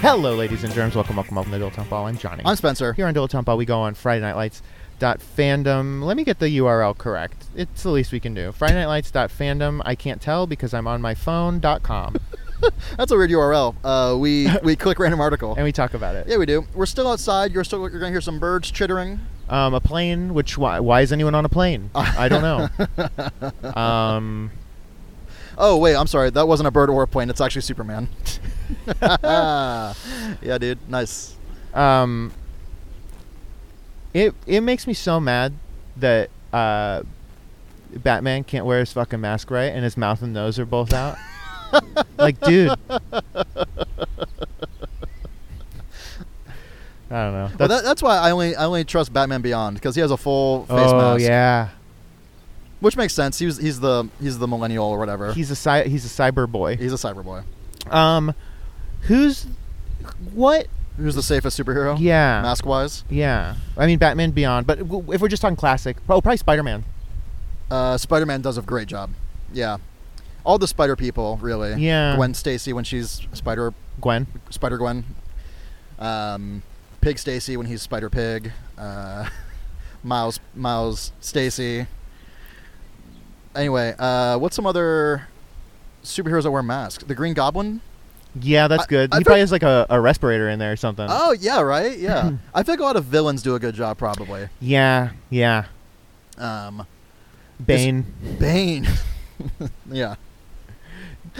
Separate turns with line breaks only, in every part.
Hello, ladies and germs. Welcome, welcome, welcome to Dilettante Ball. I'm Johnny.
I'm Spencer.
Here on Dilettante Ball, we go on Friday Night Lights. Dot fandom. Let me get the URL correct. It's the least we can do. Friday Night Lights. Dot fandom. I can't tell because I'm on my phone. Dot com,
That's a weird URL. Uh, we we click random article.
and we talk about it.
Yeah, we do. We're still outside. You're still you're gonna hear some birds chittering.
Um, a plane. Which why, why is anyone on a plane? I don't know. Um,
Oh wait, I'm sorry. That wasn't a bird or a plane. It's actually Superman. yeah, dude. Nice.
um, it it makes me so mad that uh, Batman can't wear his fucking mask right, and his mouth and nose are both out. like, dude. I don't know.
Well, that, that's why I only I only trust Batman Beyond because he has a full face
oh
mask.
yeah,
Which makes sense. He was, he's the he's the millennial or whatever. He's,
he's a cy- he's a cyber boy.
a cyber boy.
Um, who's what?
Who's the safest superhero?
Yeah.
Oh, Mask wise,
Yeah, I mean Batman Beyond, but w- if we're just talking classic, oh, probably Spider Man.
uh, Spider Man does a great job. Yeah. All the spider people, really.
Yeah.
Gwen Stacy when she's Spider
Gwen.
Spider Gwen, um, Pig Stacy when he's Spider Pig, uh, Miles Miles Stacy. Anyway, uh, what's some other superheroes that wear masks? The Green Goblin.
Yeah, that's
I-
good.
I
he
feel-
probably has like a, a respirator in there or something.
Oh yeah, right. Yeah, I feel like a lot of villains do a good job. Probably.
Yeah, yeah.
Um,
Bane.
Bane. yeah,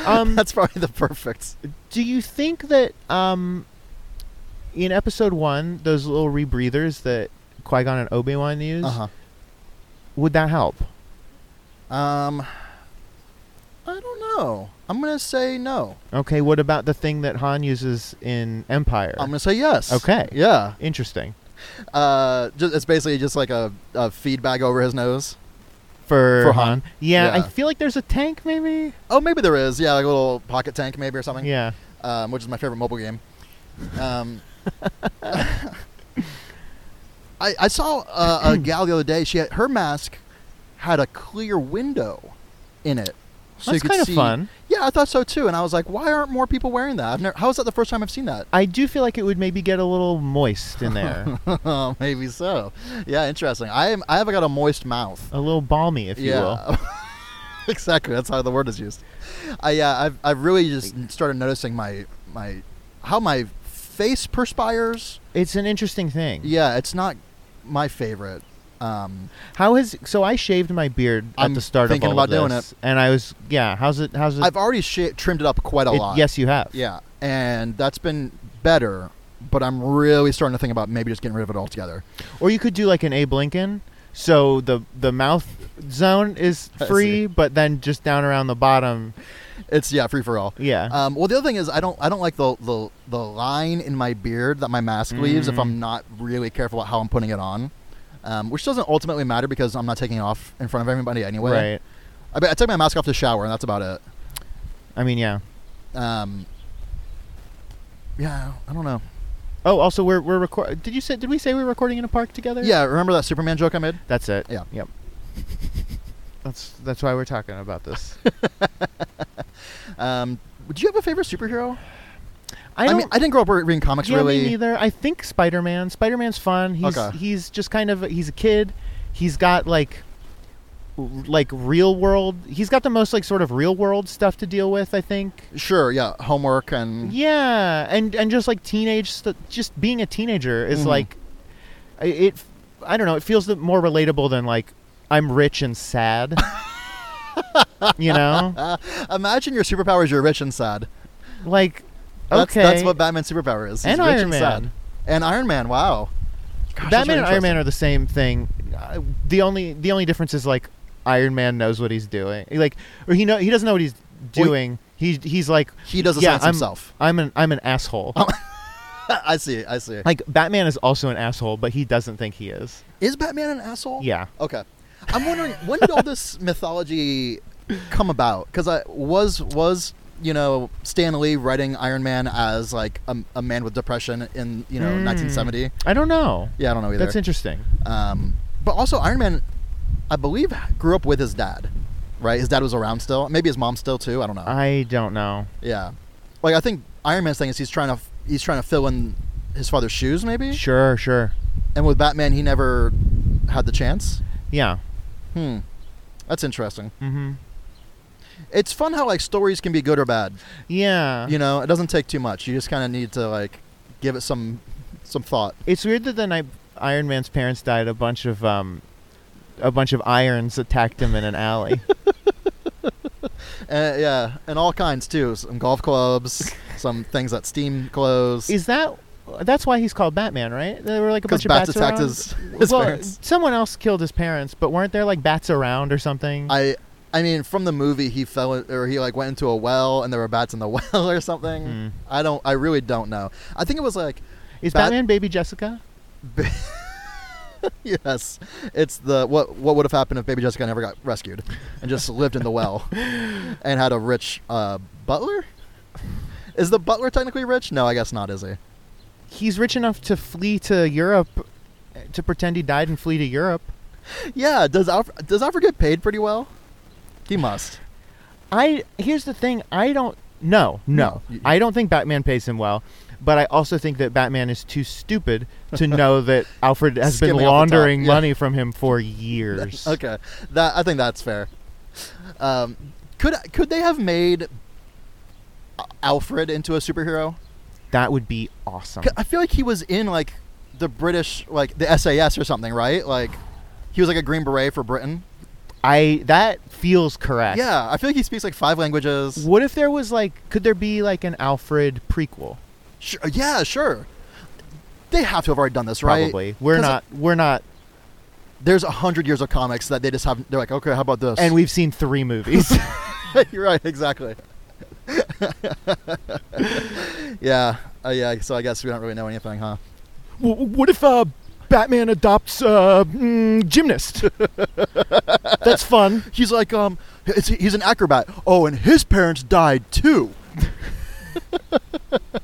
Um,
that's probably the perfect.
do you think that um, in episode one, those little rebreathers that Qui Gon and Obi Wan use,
Uh
would that help?
huh. Um, I don't know. I'm gonna say no.
Okay, what about the thing that Han uses in Empire?
I'm gonna say yes.
Okay.
Yeah.
Interesting.
Uh, just, it's basically just like a, a feed bag over his nose.
For,
For
Han.
Han?
Yeah, I
Yeah.
feel like there's a tank maybe?
Oh, maybe there is. Yeah, like a little pocket tank, maybe or something.
Yeah.
Um, which is my favorite mobile game. Um, I I saw uh, a, a gal the other day. She had, her mask had a clear window in it. So
That's
you could
kind of
see-
fun.
Yeah, I thought so too. And I was like, why aren't more people wearing that? I've never, how is that the first time I've seen that?
I do feel like it would maybe get a little moist in there.
maybe so. Yeah, interesting. I am. I have got a moist mouth.
a little balmy, if you will.
exactly. That's how the word is used. I yeah, I've I've really just started noticing my my how my face perspires.
It's an interesting thing.
Yeah, it's not my favorite. Um,
How has so I shaved my beard at
I'm
the start
thinking
of all of
about doing
this, and I was yeah. How's it? How's it?
I've already sha- trimmed it up quite a
it-
lot.
Yes, you have.
Yeah, and that's been better. But I'm really starting to think about maybe just getting rid of it altogether.
Or you could do like an Abe Lincoln. So the the mouth zone is
I see.
free, but then just down around the bottom.
It's yeah, free for all.
Yeah.
Um, well, the other thing is I don't I don't like the the, the line in my beard that my mask leaves if
Mm.
I'm not really careful about how I'm putting it on, um, which doesn't ultimately matter because I'm not taking it off in front of everybody anyway.
right.
I, mean, I take my mask off to shower and that's about it.
I mean, yeah.
Um, yeah, I don't know.
Oh, also we're we're record. Did you say? Did we say we were recording in a park together?
Yeah, remember that Superman joke I made?
That's it.
Yeah.
Yep. that's that's why we're talking about this.
Um, do you have a favorite superhero?
I don't.
mean, I didn't grow up re- reading comics
yeah,
really.
me neither. I think Spider Man. Spider Man's fun. He's
Okay.
he's just kind of he's a kid. He's got like r- like real world. He's got the most like sort of real world stuff to deal with. I think.
Sure, yeah, homework and
Yeah, and and just like teenage, st- just being a teenager is
Mhm.
like i- it. I don't know. It feels the- more relatable than like I'm rich and sad. you know,
uh, imagine your superpower is you're rich and sad.
like
That's,
okay,
that's what Batman's superpower is. He's
And
rich
Iron
and
Man.
sad. And Iron Man, wow. Gosh, that's
Batman
really
and Iron Man
interesting.
are the same thing. Uh, The only the only difference is like Iron Man knows what he's doing. Like or he know he doesn't know what he's
he-
doing. he, he's like
He does the
yeah,
science
I'm,
himself. Oh.
I'm an I'm an asshole.
I see. it, I see. it.
Like Batman is also an asshole, but he doesn't think he is.
Is Batman an asshole?
Yeah.
Okay. I'm wondering when did all this mythology come about? Because I was was you know Stan Lee writing Iron Man as like a, a man with depression in you know
Mm.
1970.
I don't know.
Yeah, I don't know either.
That's interesting.
Um, but also Iron Man, I believe grew up with his dad, right? His dad was around still. Maybe his mom still too. I don't know.
I don't know.
yeah. Like I think Iron Man's thing is he's trying to he's trying to fill in his father's shoes maybe.
Sure, sure.
And with Batman, he never had the chance.
Yeah.
Hmm. That's interesting.
Mm-hmm.
It's fun how like stories can be good or bad.
Yeah.
You know, it doesn't take too much. You just kind of need to like give it some some thought.
It's weird that the night Iron Man's parents died, a bunch of um, a bunch of irons attacked him in an alley.
Uh, yeah, and all kinds too. Some golf clubs, some things that steam clothes.
Is that? That's why he's called Batman, right? There were like a bunch
'Cause
of
bats
bats
attacked
around.
his- his
well,
parents.
someone else killed his parents, but weren't there like bats around or something?
I I mean, from the movie, he fell in- or he like went into a well and there were bats in the well or something.
Hmm.
I don't. I really don't know. I think it was like
Is
Bat-
Batman Baby Jessica?
yes, it's the what what would have happened if Baby Jessica never got rescued and just lived in the well and had a rich uh, butler. Is the butler technically rich? No, I guess not. Is he?
He's rich enough to flee to Europe, to pretend he died and flee to Europe.
Yeah. Does Alfred, does Alfred get paid pretty well? He must.
I here's the thing. I don't. No, no.
No.
I don't think Batman pays him well, but I also think that Batman is too stupid to know that Alfred has been
Skimming off the top,
laundering
yeah.
money from him for years.
Okay, that I think that's fair. Um, could could they have made Al- Alfred into a superhero?
That would be awesome.
'Cause I feel like he was in like the British, like the SAS or something, right? Like he was like a Green Beret for Britain.
I that feels correct.
Yeah, I feel like he speaks like five languages.
What if there was like could there be like an Alfred prequel?
Sure, uh, yeah, sure. They have to have already done this, right?
Probably. We're
'Cause
not we're not
There's a hundred years of comics that they just have. They're like, okay, how about this?
and we've seen 3 movies.
You're right, exactly. yeah, uh, yeah. So I guess we don't really know anything, huh?
W- what if uh Batman adopts uh mm, gymnast? That's fun.
He's like, um, it's, he's an acrobat. Oh, and his parents died too.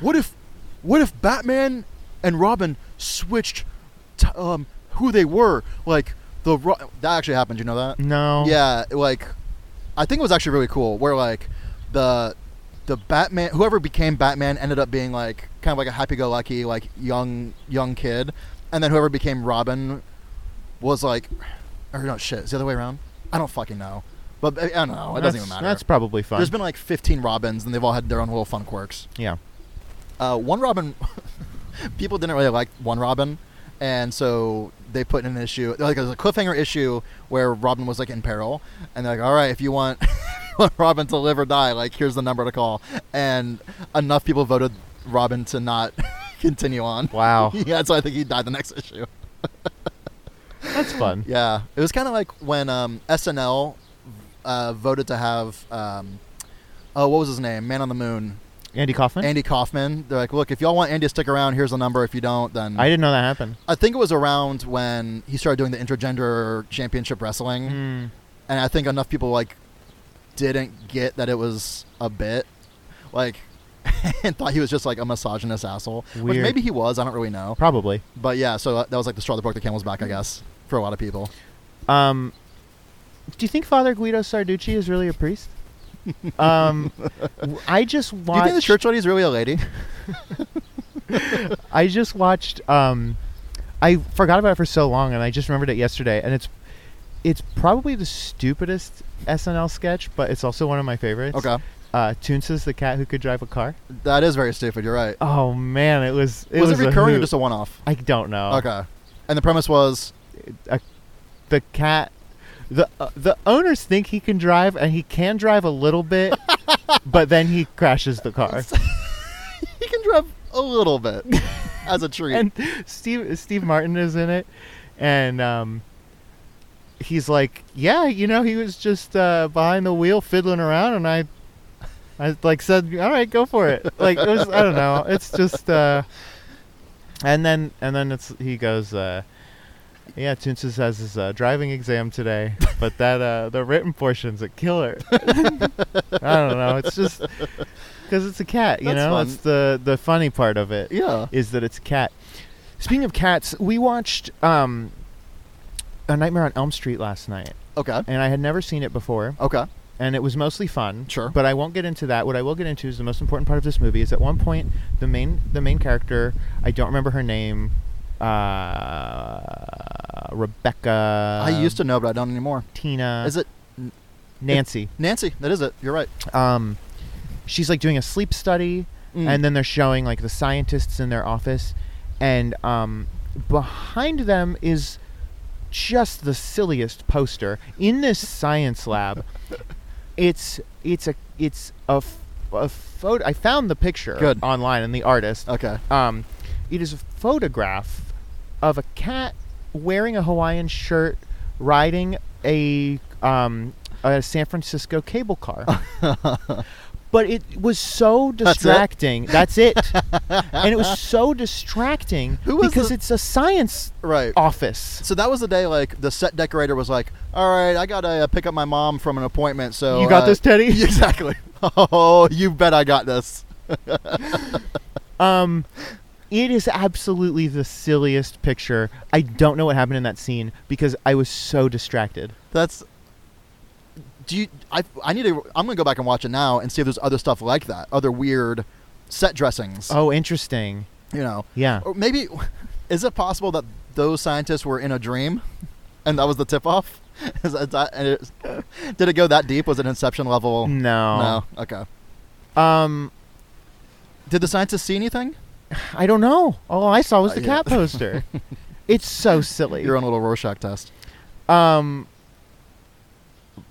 what if, what if Batman and Robin switched, t- um, who they were? Like the Ro- that actually happened. You know that?
No.
Yeah, like I think it was actually really cool where like the the Batman whoever became Batman ended up being like kind of like a happy go lucky like young young kid and then whoever became Robin was like or no shit, it's the other way around. I don't fucking know. But eh, I I don't know, it doesn't
That's-
even matter.
That's probably fun.
There's been like 15 Robins and they've all had their own little fun quirks.
yeah.
Uh, one Robin, people didn't really like One Robin, and so they put in an issue, like it was a cliffhanger issue where Robin was like in peril, and they're like, all right, if you want, you want Robin to live or die, like here's the number to call, and enough people voted Robin to not continue on.
Wow.
yeah, so I think he died the next issue.
That's fun.
Yeah, it was kind of like when um, SNL uh, voted to have, um, oh, what was his name, Man on the Moon.
Andy Kaufman?
Andy Kaufman. They're like, look, if y'all want Andy to stick around, here's the number. If you don't, then
I didn't know that happened.
I think it was around when he started doing the intergender championship wrestling,
Mm.
and I think enough people like didn't get that it was a bit, like, and thought he was just like a misogynist asshole. Which
Weird.
maybe he was. I don't really know.
Probably.
But yeah, so that that was like the straw that broke the camel's back,
Hmm.
I guess, for a lot of people.
Um, do you think Father Guido Sarducci is really a priest? um, w- I just
Do you
watched.
think the church lady is really a lady?
I just watched. Um, I forgot about it for so long, and I just remembered it yesterday. And it's, it's probably the stupidest SNL sketch, but it's also one of my favorites.
okay,
Uh, Toonces, the cat who could drive a car.
that is very stupid. You're right.
Oh man, it was. It
was,
was, Oh.
it recurring
I
or just a one-off?
I don't know.
Okay, and the premise was
a, the cat the uh, the owners think he can drive and he can drive a little bit but then he crashes the car
he can drive a little bit as a treat.
and Steve Steve Martin is in it, and um, he's like, yeah, you know, he was just uh, behind the wheel fiddling around, and I, I like said, all right, go for it. Like it was, I don't know, it's just, uh, and then and then it's he goes. Uh, yeah, Tunsis has his uh, driving exam today, but that uh, the written portion's a killer. I don't know. It's just because it's a cat, you
That's
know.
fun.
It's the the funny part of it
yeah.
is that it's a cat. Speaking of cats, we watched um, A Nightmare on Elm Street last night,
Okay.
and I had never seen it before,
Okay.
and it was mostly fun.
Sure.
But I won't get into that. What I will get into is the most important part of this movie is at one point the main the main character I don't remember her name, uh, Rebecca.
I used to know, but I don't anymore.
Tina.
Is it
Nancy?
Nancy? That is it. You're right.
Um, she's like doing a sleep study. and then they're showing like the scientists in their office and um, behind them is just the silliest poster in this science lab it's it's a it's a, f- a photo i found the picture
Good.
online and the artist
okay.
um, it is a photograph of a cat wearing a hawaiian shirt riding a um, a san francisco cable car but it was so
That's it?
distracting. That's it. and it was so distracting
Who was
because
the-
it's a science
right.
office.
So that was the day like the set decorator was like, "All right, I gotta uh, pick up my mom from an appointment." So
you got
uh,
this, Teddy?
exactly. Oh, you bet I got this.
Um, it is absolutely the silliest picture. I don't know what happened in that scene because I was so distracted.
That's. Do you? I I need to. I'm gonna go back and watch it now and see if there's other stuff like that, other weird set dressings.
Oh, interesting.
You know,
Yeah.
or maybe is it possible that those scientists were in a dream, and that was the tip off? Is that, that- and it- did it go that deep? Was it Inception level?
No.
No. Okay.
Um,
Did the scientists see anything?
I don't know. All I saw was the
Uh, yeah.
cat poster. it's so silly.
Your own little Rorschach test.
um,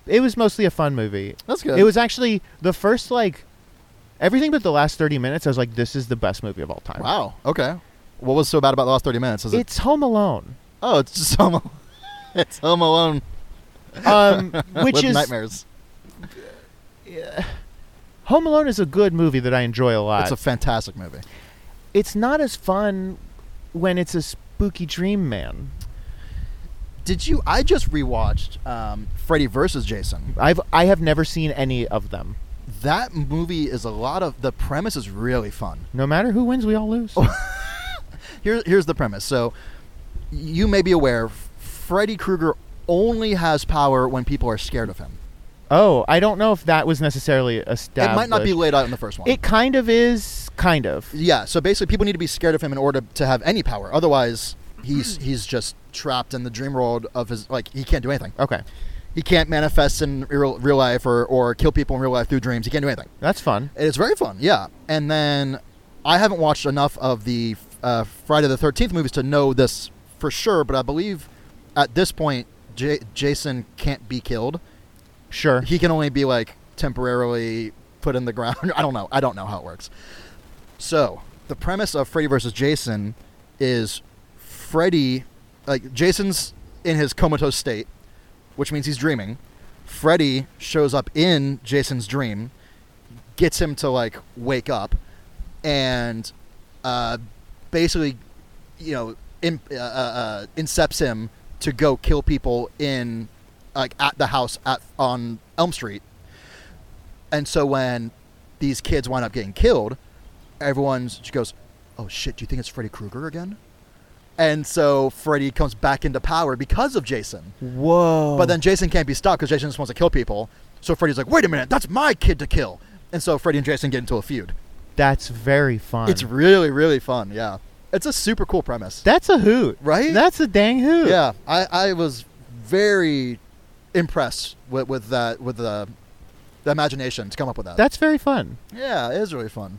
it was mostly a fun movie.
That's good.
It was actually the first like everything but the last 30 minutes I was like this is the best movie of all time.
Wow. Okay. What was so bad about the last thirty minutes? Is it?
It's Home Alone.
Oh, it's just Home. Al- It's Home Alone
Um which
with
is
nightmares.
Home Alone is a good movie that I enjoy a lot.
It's a fantastic movie.
it's not as fun when it's a spooky dream man.
Did you? I just rewatched um, Freddy versus Jason.
I've I have never seen any of them.
That movie is a lot of the premise is really fun.
No matter who wins we all lose.
Here, here's the premise. So, you may be aware, Freddy Krueger only has power when people are scared of him.
oh, I don't know if that was necessarily established.
It might not be laid out in the first one.
It kind of is kind of.
yeah. So basically, people need to be scared of him in order to have any power. Otherwise, he's he's just trapped in the dream world of his like he can't do anything.
Okay.
He can't manifest in real, real life or, or kill people in real life through dreams. He can't do anything.
That's fun.
And It's very fun, yeah. And then I haven't watched enough of the uh, Friday the Thirteenth movies to know this for sure, but I believe at this point J- Jason can't be killed.
Sure.
He can only be like temporarily put in the ground. I don't know. I don't know how it works. So the premise of Freddy versus Jason is Freddy, like Jason's in his comatose state, which means he's dreaming. Freddy shows up in Jason's dream, gets him to like wake up, and uh, basically, you know, in, uh, uh, uh, incepts him to go kill people in like at the house at on Elm Street. And so when these kids wind up getting killed, everyone's she goes, "Oh shit! Do you think it's Freddy Krueger again?" And so Freddy comes back into power because of Jason.
Whoa.
But then Jason can't be stopped because Jason just wants to kill people. So Freddy's like, "Wait a minute, that's my kid to kill." And so Freddy and Jason get into a feud.
that's very fun.
It's really really fun. Yeah, it's a super cool premise.
That's a hoot,
Right?
That's a dang hoot.
yeah, I, I was very impressed with, with that with the, the imagination to come up with that.
that's very fun.
yeah, it is really fun.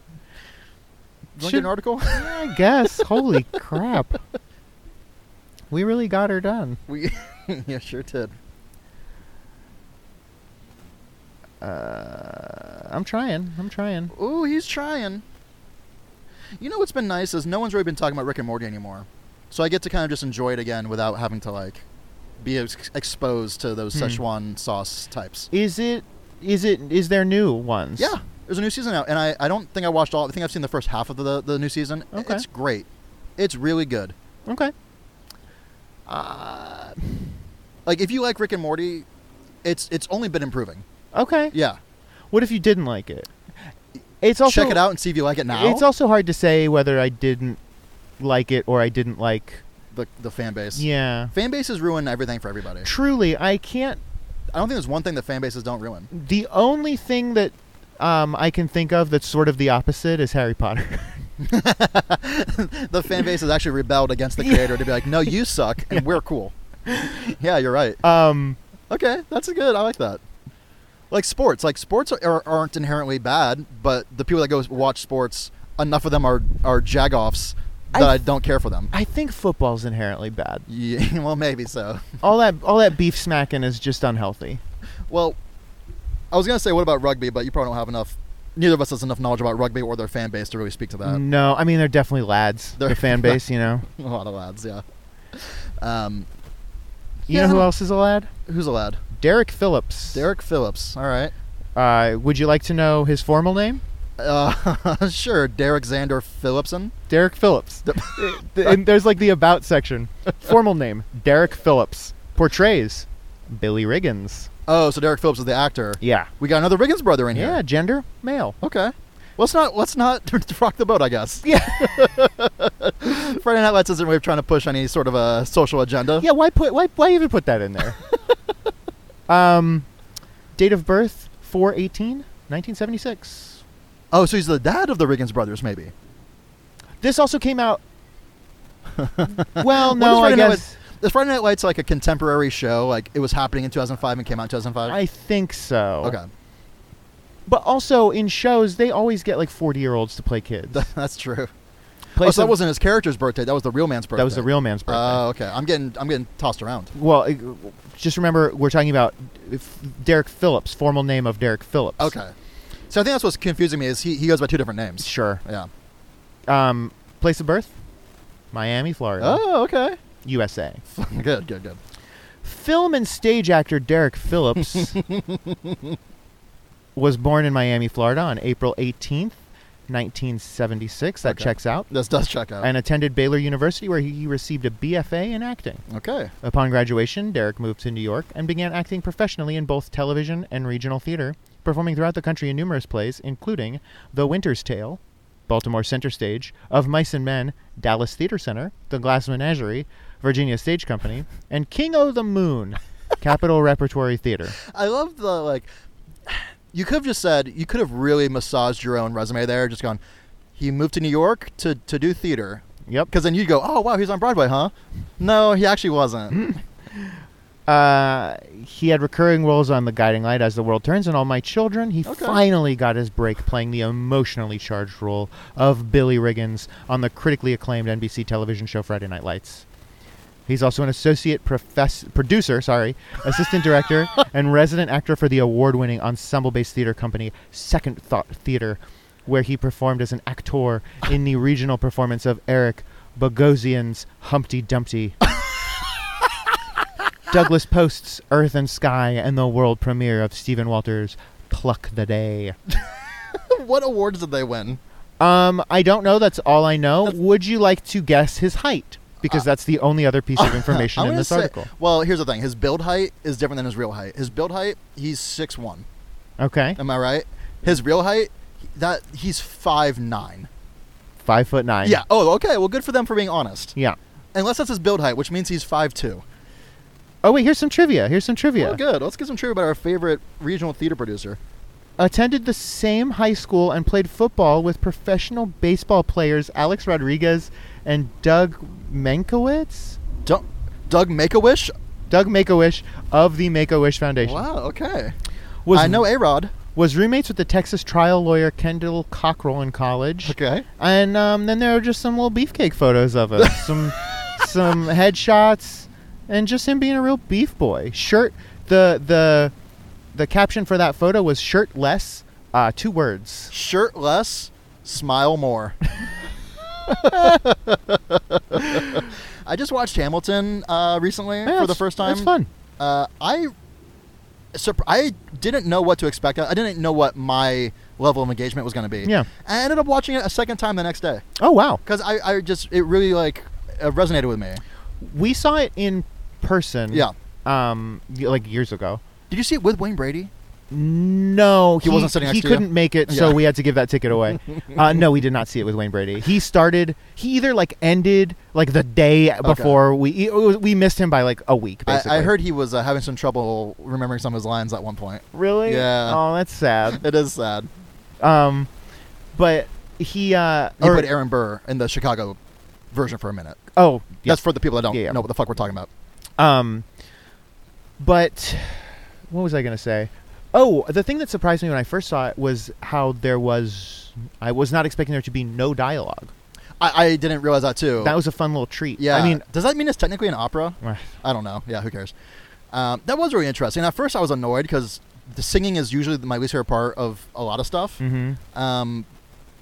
Do
Should-
you want to get an article?
I guess. Holy crap! We really got her done.
we yeah sure did.
Uh, I'm trying. I'm trying.
Ooh, he's trying. You know what's been nice is no one's really been talking about Rick and Morty anymore, so I get to kind of just enjoy it again without having to like be ex- exposed to those
Hmm.
Szechuan sauce types.
Is it? Is it? Is there new ones?
Yeah, there's a new season out, and I, I don't think I watched all. I think I've seen the first half of the the new season. I-
Okay.
It's great. It's really good.
Okay.
Uh, like if you like Rick and Morty, it's it's only been improving.
Okay.
Yeah.
What if you didn't like it? It's also
Check it out and see if you like it now.
It's also hard to say whether I didn't like it or I didn't like.
the the fan base.
Yeah.
Fan bases ruin everything for everybody.
Truly, I can't.
I don't think there's one thing that fan bases don't ruin.
The only thing that um, I can think of that's sort of the opposite is Harry Potter.
the fan base has actually rebelled against the
Yeah.
creator to be like, no, you suck, and we're cool. yeah, you're right. Uh,
um,
Okay, that's good. I like that. Like sports, like sports are, aren't inherently bad, but the people that go watch sports, enough of them are are jagoffs that I,
I-
don't care for them.
I think football's inherently bad.
Yeah, well, maybe so.
All that all that beef smacking is just unhealthy.
Well, I was gonna say what about rugby, but you probably don't have enough. Neither of us has enough knowledge about rugby or their fan base to really speak to that.
no, I mean they're definitely lads.
Uh, They're-
Their fan base, you know.
A lot of lads, yeah. Um,
You
Yeah, I
know who
don't-
else is a lad?
who's a lad?
Derek Phillips.
Derek Phillips. All right.
Uh, would you like to know his formal name?
Uh, sure, Derek Xander Phillipson.
Derek Phillips. Th- and there's like Uh, the about section. Formal name Derek Phillips. Portrays Billy Riggins.
Oh, so Derek Phillips is the actor.
Yeah.
We got another Riggins brother in here.
Yeah, gender male.
Okay. Let's not let's not rock the boat, I guess.
Yeah.
Friday Night Lights isn't really trying to push any sort of a social agenda.
Yeah, why put why why even put that in there? um date of birth 418 1976.
Oh, so he's the dad of the Riggins brothers, maybe.
This also came out Well,
When
no,
is
I
Friday Night
guess
Lights- is Friday Night Lights like a contemporary show? Like it was happening in 2005 and came out in 2005.
I think so.
okay,
But also in shows they always get like 40-year-olds to play kids.
Th- that's true.
Play
oh, so that
some-
wasn't his character's birthday. That was the real man's birthday.
that was the real man's birthday.
Oh, okay. I'm getting I'm getting tossed around.
Well, I- just remember we're talking about if- Derek Phillips, formal name of Derek Phillips.
Okay. So I think that's what's confusing me is he, he goes by two different names.
Sure.
Yeah.
Um, place of birth? Miami, Florida,
Oh, okay.
USA.
good, good, good.
Film and stage actor Derek Phillips was born in Miami, Florida on April 18th, 1976. That
Okay.
checks out.
This does check out.
And attended Baylor University where he received a BFA in acting.
okay.
Upon graduation, Derek moved to New York and began acting professionally in both television and regional theater, performing throughout the country in numerous plays, including The Winter's Tale, Baltimore Center Stage, Of Mice and Men, Dallas Theater Center, The Glass Menagerie, Virginia Stage Company, and King O' the Moon, Capitol Repertory Theater.
I love the like. You could have just said you could have really massaged your own resume there. Just gone. He moved to New York to to do theater
Yep.
because then you'd go, oh wow, he's on Broadway, huh? No, he actually wasn't.
Uh, he had recurring roles on The Guiding Light, As the World Turns, and All My Children. He
Okay.
finally got his break playing the emotionally charged role of Billy Riggins on the critically acclaimed NBC television show Friday Night Lights. He's also an associate profess- producer, sorry, assistant director, and resident actor for the award-winning ensemble-based theater company Second Thought Theater, where he performed as an actor in the regional performance of Eric Bogosian's Humpty Dumpty. Douglas Post's Earth and Sky and the world premiere of Stephen Walters' Pluck the Day. Hmm.
what awards did they win?
Um, I don't know. That's all I know. Would you like to guess his height? Because that's the only other piece of information
I'm
in
gonna
this
Uh, say-
article.
Well, here's the thing: his build height is different than his real height. His build height, he's six one.
Okay,
Am I right? His real height, that he's five nine.
five foot nine.
Yeah. Oh, okay. Well, good for them for being honest.
yeah.
Unless that's his build height, which means he's five two.
Oh wait, here's some trivia. Here's some trivia.
Oh, good. Let's get some trivia about our favorite regional theater producer.
Attended the same high school and played football with professional baseball players Alex Rodriguez and Doug Menkowitz.
Doug, Doug Make a Wish.
Doug Make-A-Wish of the Make-A-Wish Foundation.
Wow. Okay.
Was
I know A Rod.
was roommates with the Texas trial lawyer Kendall Cockrell in college.
Okay.
And um, then there were just some little beefcake photos of him, some some headshots, and just him being a real beef boy. Shirt the the the caption for that photo was shirtless. Uh, two words.
Shirtless, smile more. I just watched Hamilton uh, recently
Yeah,
for the
it's-
first time.
It's fun.
Uh, I surp- I didn't know what to expect. I didn't know what my level of engagement was going to be.
Yeah.
I ended up watching it a second time the next day
Oh wow.
because I, I just it really like it resonated with me.
Mm-hmm. We saw it in person.
Yeah.
Um, y- like years ago.
Did you see it with Wayne Brady?
No,
He wasn't sitting next
He
to you?
couldn't make it, so
Yeah.
we had to give that ticket away. uh, no, we did not see it with Wayne Brady. He started. He either like ended like the day before we e, it was- we missed him by like a week.
I,
Basically,
I heard he was uh, having some trouble remembering some of his lines at one point.
Really?
Yeah.
Oh, that's sad.
It is sad.
Um, but he uh
He
or-
put Aaron Burr in the Chicago version for a minute.
oh yeah.
That's for the people that don't
Yeah, yeah.
know what the fuck we're talking about.
Um, but what was I going to say? Oh, the thing that surprised me when I first saw it was how there was. I was not expecting there to be no dialogue.
I, I didn't realize that too.
That was a fun little treat.
Oh. yeah.
I mean,
does that mean it's technically an opera?
eh,
I don't know. Yeah, who cares? Um, that was really interesting. At first, I was annoyed because the singing is usually my least favorite part of a lot of stuff.
mhm.
Um,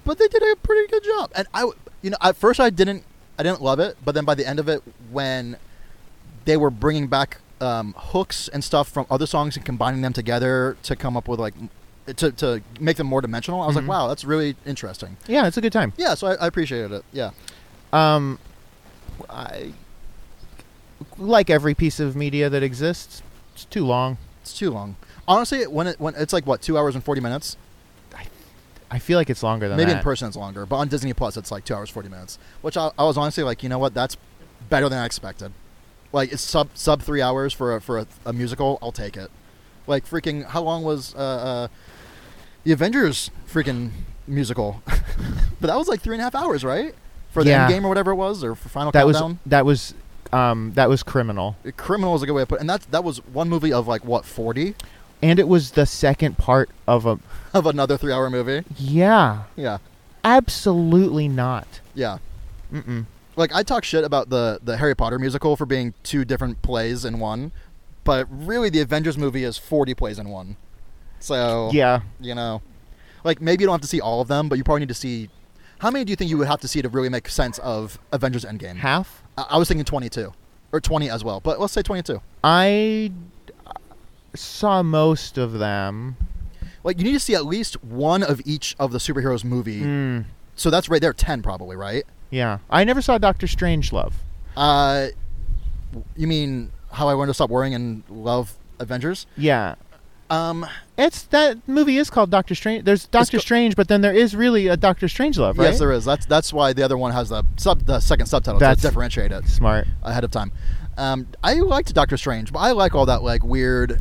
but they did a pretty good job. And I, w- you know, at first I didn't, I didn't love it. But then by the end of it, when they were bringing back um, hooks and stuff from other songs and combining them together to come up with like, m- to, to make them more dimensional, I was
Mhm.
like, wow, that's really interesting.
yeah, it's a good time.
Yeah, so I, I appreciated it. Yeah,
Um, I like every piece of media that exists. It's too long.
it's too long. Honestly, when it when it's like what two hours and forty minutes,
I feel like it's longer than
maybe
that.
in person it's longer, but on Disney Plus it's like two hours forty minutes, which I, I was honestly like, you know what, that's better than I expected. Like it's sub sub three hours for a, for a, a musical, I'll take it. Like freaking, how long was uh, uh, the Avengers freaking musical? but that was like three and a half hours, right? For the
Yeah.
end game or whatever it was, or for Final
That was
Countdown.
that was um that was criminal,
Criminal is a good way to put, it. and that's that was one movie of like what forty
and it was the second part of a
of another three hour movie.
yeah.
Yeah,
Absolutely not.
yeah.
Mm-mm.
like I talk shit about the the Harry Potter musical for being two different plays in one, but really the Avengers movie is forty plays in one. So
Yeah.
you know, like maybe you don't have to see all of them, but you probably need to see. How many do you think you would have to see to really make sense of Avengers Endgame?
Half?
I, I was thinking twenty two, or twenty as well, but let's say twenty two.
I saw most of them.
Like you need to see at least one of each of the superheroes movie.
Mm,
So that's right there, ten probably, right?
yeah. I never saw Doctor Strangelove.
Uh, you mean how I learned to stop worrying and love Avengers?
Yeah.
Um.
It's that movie is called Doctor Strange. There's Doctor
co-
Strange, but then there is really a Doctor Strangelove, right?
Yes, there is. That's that's why the other one has the sub the second subtitle
That's-
to differentiate it
Smart.
ahead of time. Um, I liked Doctor Strange, but I like all that like weird,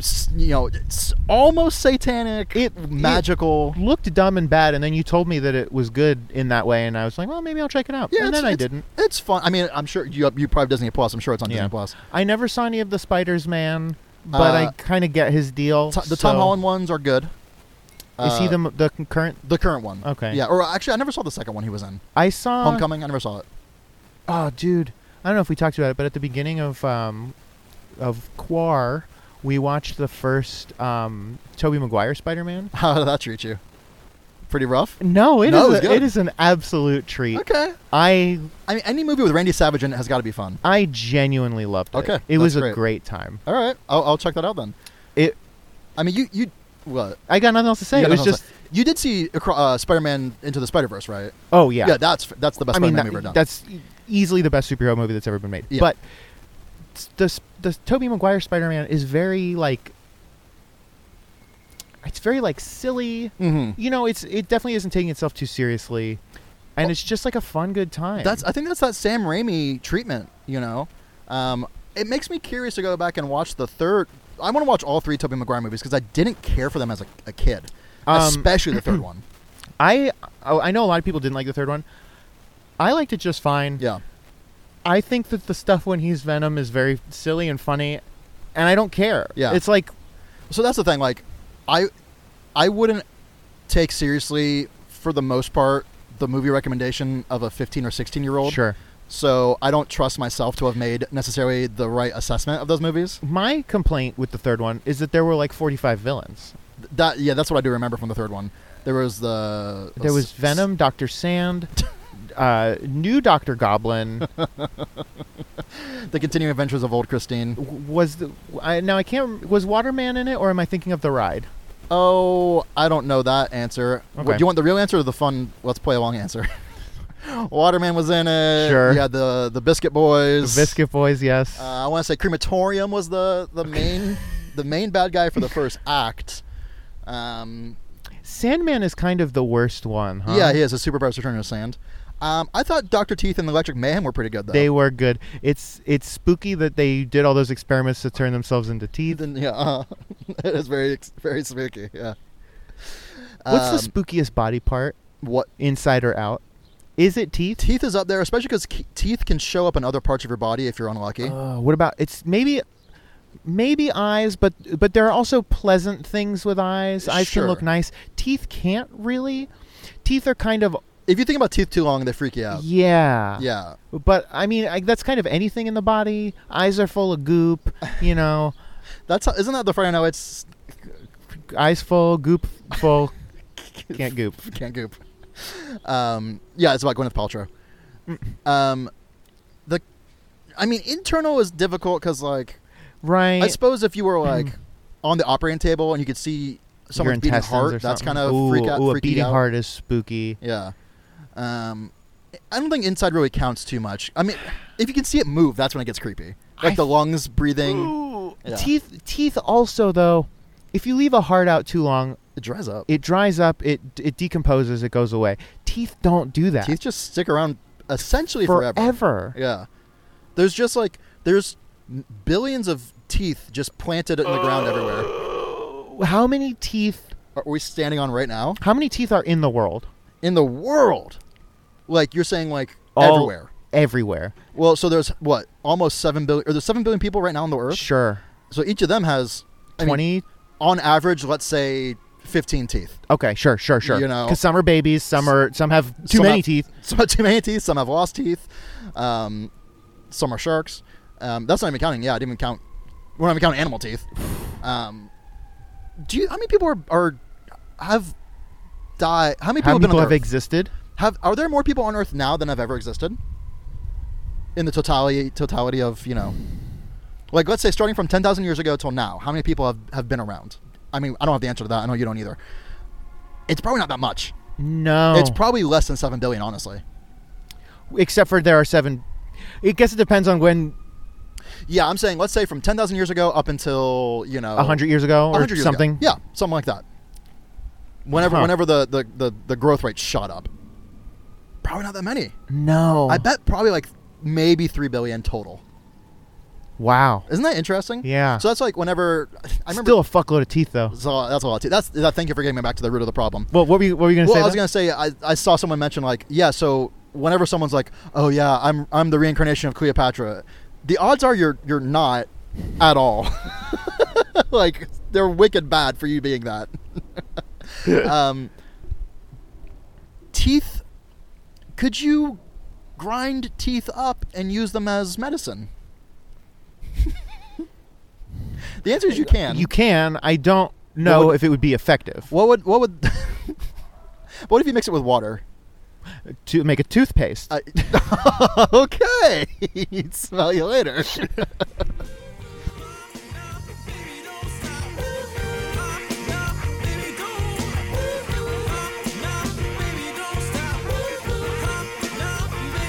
s- you know, it's almost satanic,
It-
magical.
Looked dumb and bad, and then you told me that it was good in that way, and I was like, well, maybe I'll check it out.
yeah,
and
it's-
then I
it's-
didn't.
It's fun. I mean, I'm sure you you probably have Disney Plus. I'm sure it's on
Yeah.
Disney Plus.
I never saw any of the Spiders Man, but
Uh,
I kind of get his deal.
T- the
so-
Tom Holland ones are good.
Is he
Uh,
the, m- the current?
the current one?
Okay. Uh.
Yeah, or actually, I never saw the second one he was in.
I saw.
Homecoming. I never saw it.
Oh, dude, I don't know if we talked about it, but at the beginning of um, of Quar, we watched the first um, Toby Maguire Spider-Man.
How did that treat you? Pretty rough.
No, it is
No, it was
a-
good.
it is an absolute treat.
Okay.
I
I mean, any movie with Randy Savage in it has got to be fun.
I genuinely loved it.
Okay,
it
that's
was a
great.
great time.
All right, I'll, I'll check that out then.
It.
I mean, you you what?
I got nothing else to say.
You
It
got
was
nothing
just.
else to say. you did see Acro- uh, Spider-Man into the Spider-Verse, right?
Oh yeah.
that's that's the best
I mean,
Spider-Man
that-
we've ever done.
that's e- easily the best superhero movie that's ever been made.
Yeah.
But s- the s- the Tobey Maguire Spider-Man is very like. It's very like silly.
hmm
you know, it's it definitely isn't taking itself too seriously, and it's just like a fun, good time.
That's I think that's that Sam Raimi treatment. You know, um, it makes me curious to go back and watch the third. I want to watch all three Tobey Maguire movies because I didn't care for them as a, a kid,
Um,
especially the third one.
I oh, I know a lot of people didn't like the third one. I liked it just fine.
Yeah,
I think that the stuff when he's Venom is very silly and funny, and I don't care.
Yeah.
it's like
so that's the thing. Like, I I wouldn't take seriously for the most part the movie recommendation of a 15 or 16 year old.
sure.
so I don't trust myself to have made necessarily the right assessment of those movies.
My complaint with the third one is that there were like forty-five villains.
Th- That yeah, that's what I do remember from the third one. There was the
There was Venom, Doctor Sand, uh, new Doctor Goblin
The continuing adventures of old Christine.
w- was the, I, now I can't rem- was Waterman in it or am I thinking of the ride?
Oh, I don't know that answer. What,
Okay.
do you want the real answer or the fun? Let's play along answer. Waterman was in it.
Sure.
Yeah, the the Biscuit Boys.
Biscuit Boys, yes.
Uh, I want to say Crematorium was the the main the main bad guy for the first act. Um,
Sandman is kind of the worst one, huh?
Yeah, he is. His superpowers are turning to sand. Um, I thought Doctor Teeth and the Electric Mayhem were pretty good though.
They were good. It's it's spooky that they did all those experiments to turn themselves into teeth.
Then, yeah, uh, it is very very spooky. Yeah.
What's
Um,
the spookiest body part,
what
inside or out? Is it teeth?
teeth is up there, especially because teeth can show up in other parts of your body if you're unlucky.
Uh, what about it's maybe maybe eyes, but but there are also pleasant things with eyes. Eyes can look
Sure.
nice. Teeth can't really. Teeth are kind of
if you think about teeth too long, they freak you out.
yeah.
Oh. Yeah.
But I mean, I, that's kind of anything in the body. Eyes are full of goop, you know.
That's how, isn't that the Friday Night Lights
eyes full, goop full. Can't goop.
can't goop? Um, yeah, it's about Gwyneth Paltrow.
Mm.
Um, the, I mean, internal is difficult because like
Right.
I suppose if you were like on the operating table and you could see
Your
someone's beating
intestines or
heart, that's
something.
kind of
Ooh,
freak out.
Ooh, a
freaky
beating
out.
heart is spooky.
Yeah. Um, I don't think inside really counts too much. I mean, if you can see it move, that's when it gets creepy. Like
I-
the lungs breathing, Yeah.
Teeth. Teeth also though, if you leave a heart out too long,
it dries up.
it dries up, it it decomposes, it goes away. Teeth don't do that.
Teeth just stick around essentially
forever.
forever. Yeah. There's just like there's billions of teeth just planted in the ground
Uh.
everywhere.
How many teeth?
Are we standing on right now
How many teeth are in the world?
in the world? Like you're saying, like
All-
everywhere.
Everywhere.
Well, so there's what almost seven billion, or there's seven billion people right now on the earth.
Sure.
So each of them has I mean,
Twenty.
on average, let's say, fifteen teeth.
okay. Sure. Sure. Sure.
You know-
because some are babies, some are some have too
Some
many
have-
teeth.
Some have too many teeth. Some have lost teeth. Um, some are sharks. Um, that's not even counting. Yeah, I didn't even count. We're not even counting animal teeth. Um, do you? How many people are, are have died? How many people
How many
have been
people
on
have
Earth?
existed?
have are there more people on Earth now than have ever existed? In the totality totality of you know, like let's say starting from ten thousand years ago till now, how many people have, have been around? I mean, I don't have the answer to that. I know you don't either. It's probably not that much.
No.
It's probably less than seven billion, honestly.
except for there are seven. I guess it depends on when.
Yeah, I'm saying let's say from ten thousand years ago up until you know
A hundred years ago or
100 Oh. years ago.
something.
Yeah, something like that. Whenever
Huh.
whenever the, the, the, the growth rate shot up, probably not that many.
No.
I bet probably like maybe three billion total.
Wow.
Isn't that interesting?
Yeah.
So that's like whenever I remember.
Still a fuckload of teeth though.
so that's a lot. Too. That's that. Thank you for getting me back to the root of the problem.
Well, what were you, what were you gonna
Well,
say?
I was
then?
gonna say I, I saw someone mention like yeah. So whenever someone's like, oh yeah, I'm I'm the reincarnation of Cleopatra, the odds are you're you're not at all. like they're wicked bad for you being that. um, teeth. Could you grind teeth up and use them as medicine? the answer is you can.
You can. I don't know
would-
if it would be effective
What would what would what if you mix it with water?
to make a toothpaste.
I, okay, smell you later.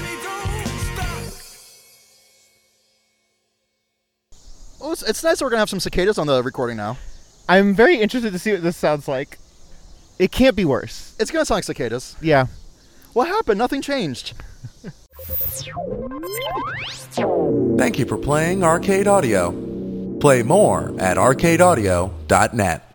Well, Oh, it's, it's nice that we're gonna have some cicadas on the recording now.
I'm very interested to see what this sounds like. It can't be worse.
It's gonna sound like cicadas.
Yeah.
What happened? Nothing changed.
Thank you for playing Arcade Audio. Play more at arcadeaudio.net.